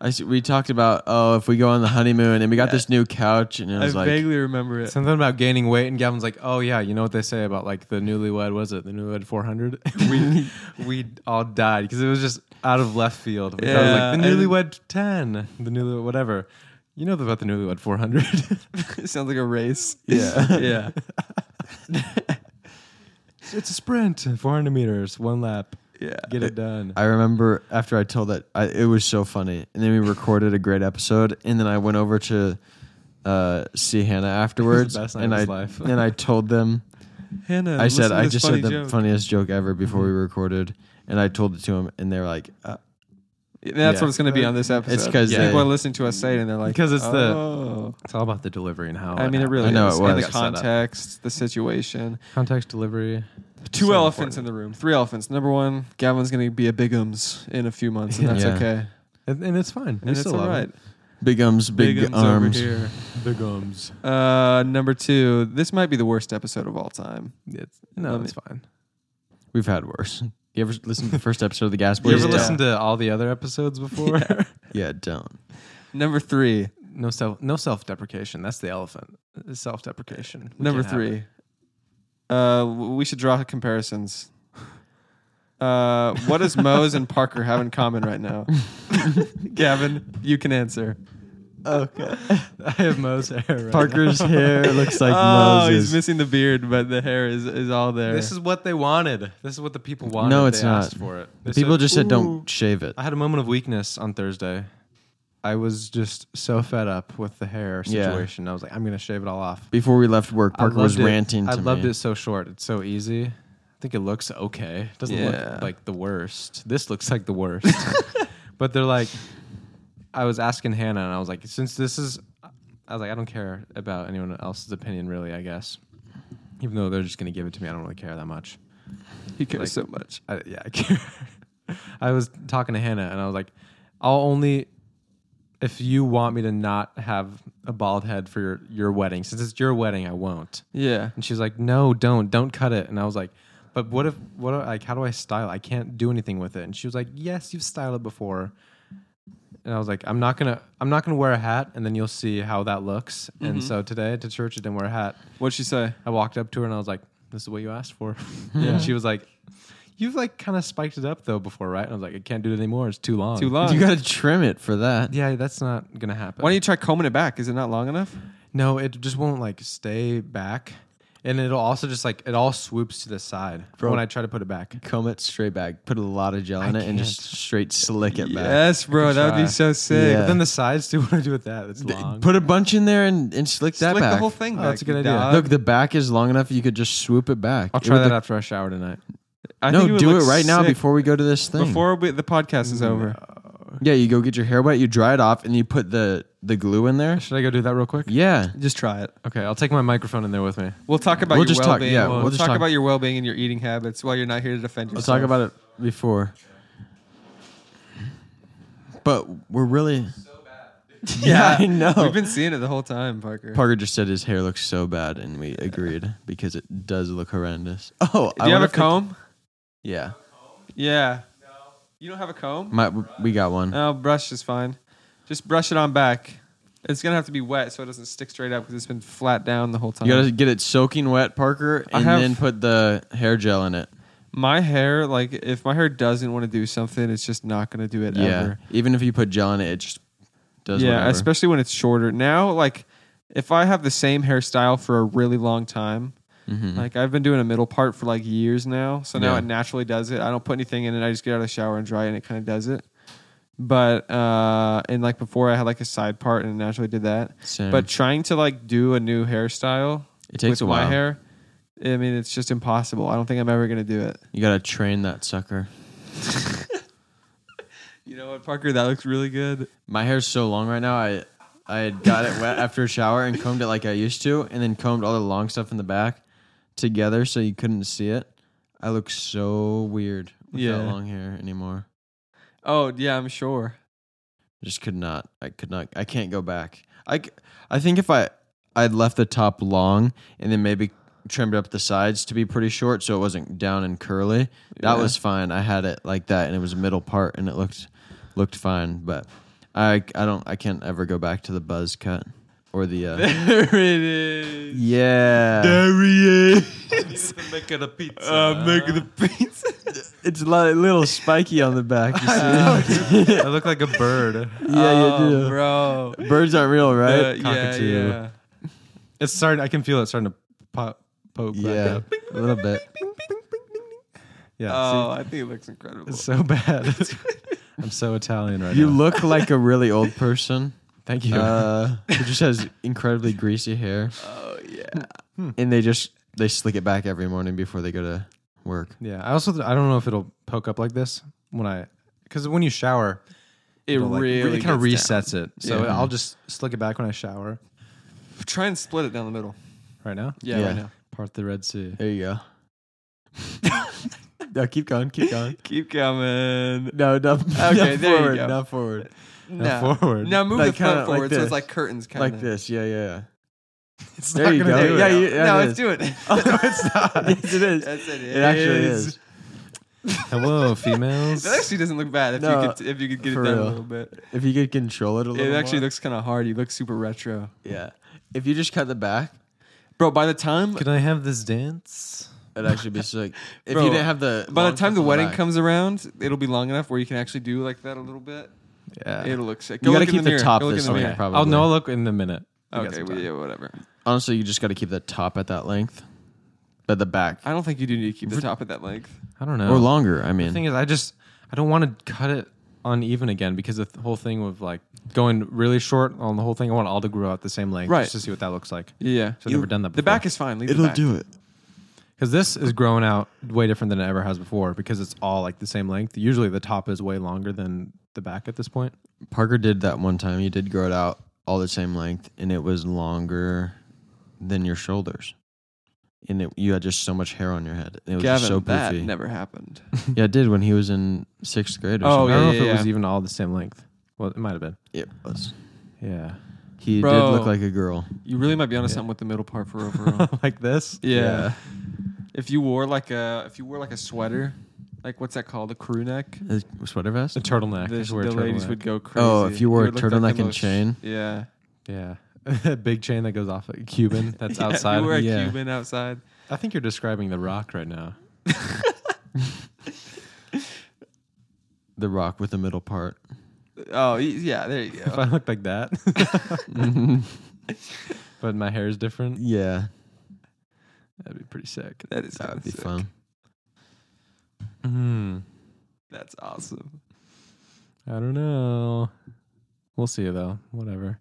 I s- we talked about oh if we go on the honeymoon and we got this new couch and it I was like vaguely remember it. Something about gaining weight, and Gavin's like, "Oh yeah, you know what they say about like the newlywed? Was it the newlywed 400? we we all died because it was just out of left field. We thought it was Yeah, like I the didn't- newlywed 10, the newlywed whatever. You know about the newlywed 400? Sounds like a race. yeah Yeah. It's a sprint, 400 meters, one lap. Yeah. Get it done. I remember after I told that, I, it was so funny. And then we recorded a great episode. And then I went over to uh, see Hannah afterwards. best night and of his I life. and I told them. Hannah, I listen said to I this just funny said the joke. funniest joke ever before Mm-hmm. we recorded. And I told it to them, and they're like, uh, That's Yeah. what it's going to be on this episode. 'cause people they- are listening to us say it and they're like, Because it's the- oh. It's all about the delivery and how. I mean, it really Oh, I know is. it And the was. context, the situation. Context delivery. Two So elephants in the room. Three elephants. Number one, Gavin's going to be a bigums in a few months, and that's Yeah. okay. And, and it's fine. And it's all right. "Big ums, big, Bigums arms." over here. The gums. Uh, number two, this might be the worst episode of all time. It's, no, Let it's fine. We've had worse. You ever listen to the first episode of the Gas You Boys? ever Don't. listened to all the other episodes before? Yeah, don't. Number three, no self, no self deprecation. That's the elephant. Self deprecation. number three. Uh, w- we should draw comparisons. Uh, what does Mose and Parker have in common right now? Gavin, you can answer. Okay. I have Mo's hair. Right Parker's hair looks like oh, Moses. he's missing the beard, but the hair is, is all there. This is what they wanted. This is what the people wanted. No, it's they not. Asked for it. The They People said, just said, "Ooh." "Don't shave it." I had a moment of weakness on Thursday. I was just so fed up with the hair Yeah. situation. I was like, I'm gonna shave it all off. Before we left work, I Parker was loved it. ranting to I me. loved it so short. It's so easy. I think it looks okay. It doesn't Yeah. look like the worst. This looks like the worst. but they're like, I was asking Hannah, and I was like, since this is, I was like, I don't care about anyone else's opinion, really. I guess, even though they're just gonna give it to me, I don't really care that much. he cares like- so much. I, yeah, I care. I was talking to Hannah and I was like, I'll only if you want me to not have a bald head for your, your wedding, since it's your wedding, I won't. Yeah. And she's like, no, don't, don't cut it. And I was like, but what if, what, like, how do I style? it? I can't do anything with it. And she was like, yes, you've styled it before. And I was like, I'm not gonna, I'm not gonna wear a hat, and then you'll see how that looks. Mm-hmm. And so today to church, I didn't wear a hat. What'd she say? I walked up to her and I was like, "This is what you asked for." and she was like, "You've like kind of spiked it up though before, right?" And I was like, "I can't do it anymore. It's too long." Too long. You gotta trim it for that. Yeah, that's not gonna happen. Why don't you try combing it back? Is it not long enough? no, it just won't like stay back, and it'll also just like it all swoops to the side when I try to put it back. Comb it straight back. Put a lot of gel in it and just straight slick it back. Yes, bro. That would try. be so sick. But then the sides too. What do I do with that? It's long. Put a bunch in there and, and slick that Slick back. the whole thing back. Oh, that's a good idea. dog. Look, the back is long enough you could just swoop it back. I'll It try would that look- after I shower tonight. I No, think would do it look right now sick before we go to this thing. before we, the podcast is over. yeah, you go get your hair wet, you dry it off, and you put the the glue in there. Should I go do that real quick? Yeah, Just try it. Okay, I'll take my microphone in there with me. We'll talk about We'll your just talk- well-being. yeah, we'll, we'll just talk, talk- about your well-being and your eating habits while you're not here to defend let's yourself. talk about it before. But we're really Yeah, I know. We've been seeing it the whole time, Parker. Parker just said his hair looks so bad, and we agreed because it does look horrendous. Oh, Do you have wonder a if they- comb? yeah, Yeah. You don't have a comb? my we got one. No, brush is fine. Just brush it on back. It's gonna have to be wet so it doesn't stick straight up because it's been flat down the whole time. You gotta get it soaking wet, Parker, I and have- then put the hair gel in it. my hair, like if my hair doesn't want to do something, it's just not gonna do it ever. Yeah, even if you put gel in it, it just does. yeah, whatever. especially when it's shorter. Now, like if I have the same hairstyle for a really long time, Mhm. like I've been doing a middle part for like years now, so now Yeah. it naturally does it. I don't put anything in it. I just get out of the shower and dry, it and it kind of does it. But uh and like before, I had like a side part and it naturally did that. Same. But trying to like do a new hairstyle It takes with a while. my hair, I mean, it's just impossible. I don't think I'm ever gonna do it. You gotta train that sucker. You know what, Parker? That looks really good. My hair's so long right now. I I had got it wet after a shower and combed it like I used to, and then combed all the long stuff in the back together so you couldn't see it. I look so weird with Yeah. that long hair anymore. Oh yeah, I'm sure. Just could not. I could not. I can't go back. I, c- I think if I I'd left the top long and then maybe trimmed up the sides to be pretty short so it wasn't down and curly. That was fine. I had it like that and it was a middle part and it looked looked fine, but I I don't I can't ever go back to the buzz cut or the uh, there it is. yeah. Make it a pizza. It's like little spiky on the back. You see? I look like a bird. yeah, oh, bro. Birds aren't real, right? Uh, yeah, yeah. It's starting. I can feel it starting to pop, poke back Yeah, up. a little bit. Yeah. see? Oh, I think it looks incredible. It's so bad. I'm so Italian right You now. look like a really old person. Thank you. Uh, who just has incredibly greasy hair. Oh yeah. And they just they slick it back every morning before they go to work. yeah. I also I don't know if it'll poke up like this when I because when you shower, It it'll, like, really kind of gets resets it. So Yeah. I'll just slick it back when I shower. Try and split it down the middle. Right now, Yeah, Yeah. right now. part the Red Sea. There you go. no, keep going, keep going. Keep coming. No, no. there you not forward, go. Not forward. Now forward. Now move Like, the front kinda like forward so it's this. like curtains kind of. Like this. Yeah, yeah. yeah. It's there you gonna go. do it. Yeah, you- yeah, no, it let's is. Oh, do it. no, it's not. yes, it is. That's it. It actually is. Hello, females. That actually doesn't look bad if you No, could if you could get it for down a real. little bit. If you could control it a little, It actually more. looks kind of hard. You look super retro, Yeah. If you just cut the back, bro. By the time Can I have this dance? it'd actually be sick. If Bro, you didn't have the, by the long time stuff the on wedding back. comes around, it'll be long enough where you can actually do like that a little bit. Yeah. It'll look sick. You Go gotta look in keep the mirror. top Go look this in the way, mirror. probably. I'll know. I'll look in a minute. We got Okay, some well, time. yeah, whatever. honestly, you just got to keep the top at that length, but the back I don't think you do need to keep the top at that length. I don't know. or longer. I The thing mean, is, I just I don't want to cut it uneven again because the th- whole thing of like going really short on the whole thing. I want it all to grow out the same length, Right. Just to see what that looks like. Yeah. So I've never done that. The back is fine. Leave the back. it. because this is growing out way different than it ever has before because it's all like the same length. Usually the top is way longer than the back at this point. Parker did that one time. He did grow it out all the same length, and it was longer than your shoulders. And it, you had just so much hair on your head. It was Gavin, just so that poofy. never happened. yeah, it did when he was in sixth grade. Or Oh, I something. don't know yeah, if it yeah, was yeah. even all the same length. Well, it might have been. It was. Yeah. He Bro. did look like a girl. You really might be onto something with the middle part for overall. like this? yeah. If you wore like a if you wore like a sweater, like what's that called? A crew neck. A sweater vest? A turtleneck. The, I should wear a the ladies turtleneck. would go crazy. Oh, if you wore It a would look like turtleneck the and most- chain? Yeah. Yeah. Big chain that goes off a Cuban that's Yeah, if outside. You were a yeah. Cuban outside. I think you're describing The Rock right now. The rock with the middle part. Oh, y- yeah. There you If go. I look like that, but my hair is different, Yeah. that'd be pretty sick. That is That would be sick. fun. Hmm. That's awesome. I don't know. We'll see though. Whatever.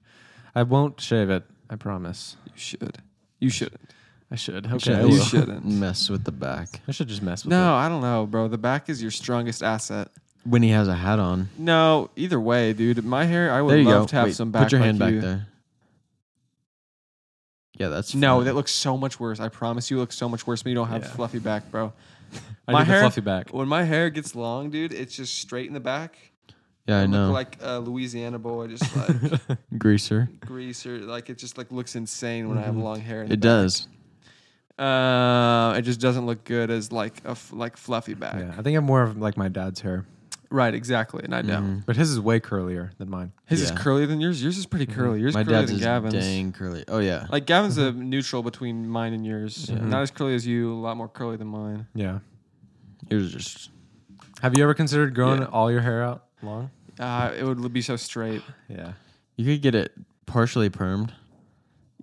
I won't shave it. I promise. You should. You shouldn't. I should. Okay. Should I I, you will. will. shouldn't. Mess with the back. I should just mess with No, I don't know, bro. The back is your strongest asset. When he has a hat on. No, either way, dude. My hair, I would There you love go. to have Wait, some back. Put your like hand back you. there. Yeah, that's No, fine. that looks so much worse. I promise you, it looks so much worse when you don't have Yeah. fluffy back, bro. it. I my need hair- the fluffy back. When my hair gets long, dude, it's just straight in the back. Yeah, I look know. like a Louisiana boy, just like Greaser. grease or like it just like looks insane when I have long hair. in the Mm-hmm. It does. back. Uh, it just doesn't look good as like a f- like fluffy back. Yeah. I think I'm more of like my dad's hair, Right, exactly. And I know Mhm. but his is way curlier than mine. his is Yeah. Mm-hmm. curlier than yours. Yours is pretty curly. Yours My is curlier dad's than is Gavin's. dang curly. Oh yeah. Like Gavin's a neutral between mine and yours. Mm-hmm. Not as curly as you, a lot more curly than mine. Yeah. Yours is just Have you ever considered growing all your hair out long? Uh, it would be so straight. Yeah. you could get it partially permed.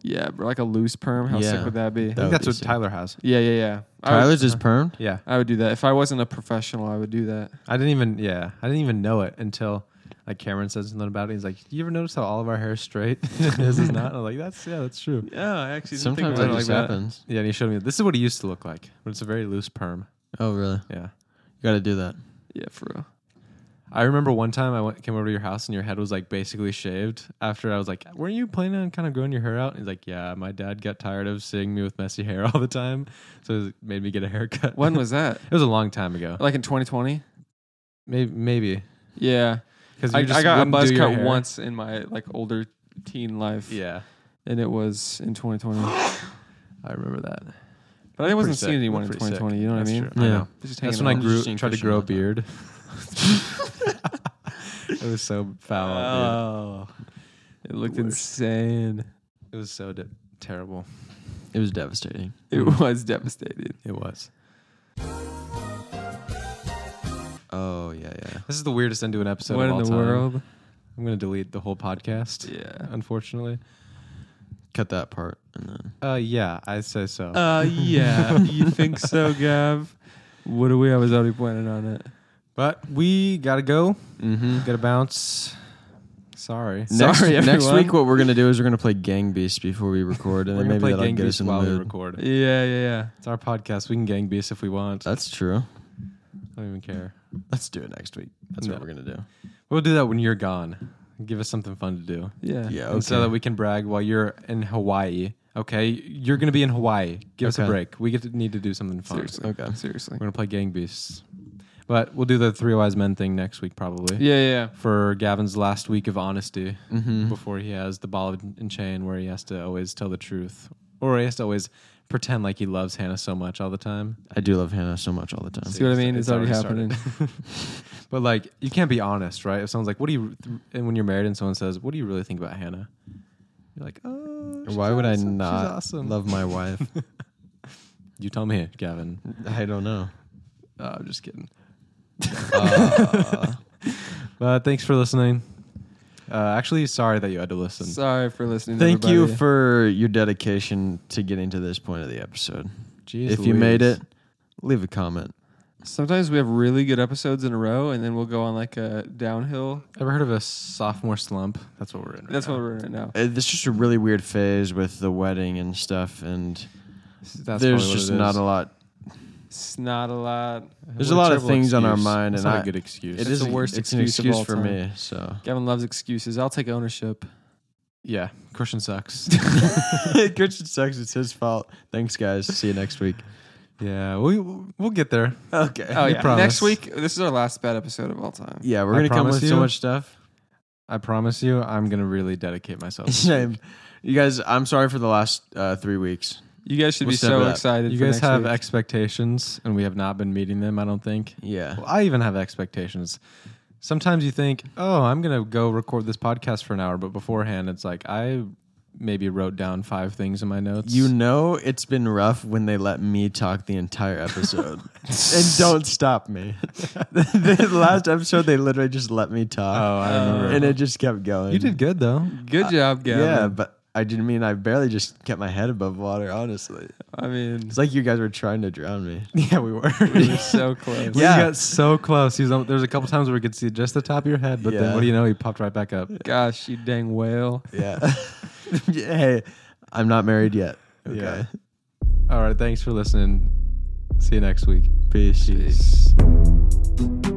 Yeah, bro, like a loose perm. How sick Yeah. would that be? I think would that's be what sick. Tyler has. yeah, yeah, yeah. I would, Tyler's is permed. Yeah. I would do that. If I wasn't a professional, I would do that. I didn't even. Yeah. I didn't even know it until. Like Cameron says something about it. He's like, "You ever notice how all of our hair is straight? His is not." I'm like, "That's yeah, that's true." Yeah, I actually Sometimes that just happens. Yeah, and he showed me this is what he used to look like, but it's a very loose perm. Oh really? Yeah. You got to do that. Yeah, for real. I remember one time I went, came over to your house and your head was like basically shaved. After I was like, "Weren't you planning on kind of growing your hair out?" And he's like, "Yeah, my dad got tired of seeing me with messy hair all the time, so he made me get a haircut." When was that? it was a long time ago. Like in 2020? Maybe maybe Yeah, because I, I got a buzz cut once in my like older teen life. Yeah, and it was in 2020. I remember that. But I wasn't Pretty seeing sick. anyone in Pretty sick. 2020. You know what That's I mean? true. I Yeah. know. Just That's hanging when I out. grew, Interesting tried to question grow a about that. beard. it was so foul. dude. Oh, it looked insane. It was so de- terrible. It was devastating. It was devastated. It was. Oh yeah, yeah. This is the weirdest end to an episode. what of in all the time. world? I'm gonna delete the whole podcast. Yeah. unfortunately. Cut that part and then Uh, yeah, I say so. Uh, yeah. you think so, Gav? What do we? I was already planning on it. but we gotta go. Mm-hmm. Gotta bounce. Sorry. next, Sorry, next everyone. week, what we're gonna do is we're gonna play Gang Beast before we record, and We're then gonna maybe play that'll Gang get us Beast in the while we mood. record. Yeah, yeah, yeah. It's our podcast. We can Gang Beast if we want. I That's true. don't even care. Let's do it next week. That's No. what we're gonna do. We'll do that when you're gone. Give us something fun to do. Yeah. Yeah. And Okay. so that we can brag while you're in Hawaii. Okay, you're gonna be in Hawaii. Give us a Okay. break. We get to, need to do something fun. Seriously. Okay. Seriously. We're gonna play Gang Beasts, but we'll do the Three Wise Men thing next week probably. Yeah, yeah. for Gavin's last week of honesty Mm-hmm. before he has the ball and chain where he has to always tell the truth or he has to always pretend like he loves Hannah so much all the time. I do love Hannah so much all the time. See what I mean? It's It's, already, already happening. But like you can't be honest, right? If someone's like, "What do you?" and when you're married and someone says, "What do you really think about Hannah?" You're like, "Oh, she's Why would I awesome. She's not awesome." love my wife? You tell me, Gavin. I don't know. Oh, I'm just kidding. Uh, but thanks for listening. Uh, actually, sorry that you had to listen. Sorry for listening. Thank you everybody. for your dedication to getting to this point of the episode. Jeez if you made Louise. it, leave a comment. Sometimes we have really good episodes in a row, and then we'll go on like a downhill. Ever heard of a sophomore slump? That's what we're in. Right That's now. what we're in right now. Uh, It's just a really weird phase with the wedding and stuff, and That's there's probably what just it is. not a lot. It's not a lot. There's What a lot of terrible things on our excuse. mind, That's and not I- a good excuse. It That's is the an- worst It's an excuse of excuse all for time. me. So Gavin loves excuses. I'll take ownership. yeah, Christian sucks. Christian sucks. It's his fault. Thanks, guys. See you next week. yeah, we we'll get there. Okay. Oh I yeah. promise. Next week, this is our last bad episode of all time. Yeah, we're I gonna come promise with you. so much stuff. I promise you, I'm gonna really dedicate myself. Same. You guys, I'm sorry for the last uh, three weeks. You guys should We'll be step it so up. excited. You for guys next have week. expectations, and we have not been meeting them. I don't think. Yeah. Well, I even have expectations. Sometimes you think, oh, I'm going to go record this podcast for an hour, but beforehand, it's like I maybe wrote down five things in my notes. You know it's been rough when they let me talk the entire episode and don't stop me. the last episode they literally just let me oh, talk I remember. and it just kept going. you did good though. Good job, Gavin. uh, Yeah, but I didn't mean I barely just kept my head above water, honestly. I mean, It's like you guys were trying to drown me. Yeah, we were. we were so close. We Yeah. got so close. He was, on- there was a couple times where we could see just the top of your head, but then Yeah. what do you know? He popped right back up. Gosh, you dang whale. Yeah. hey, I'm not married yet. Okay. Yeah. All right. Thanks for listening. See you next week. Peace. Peace.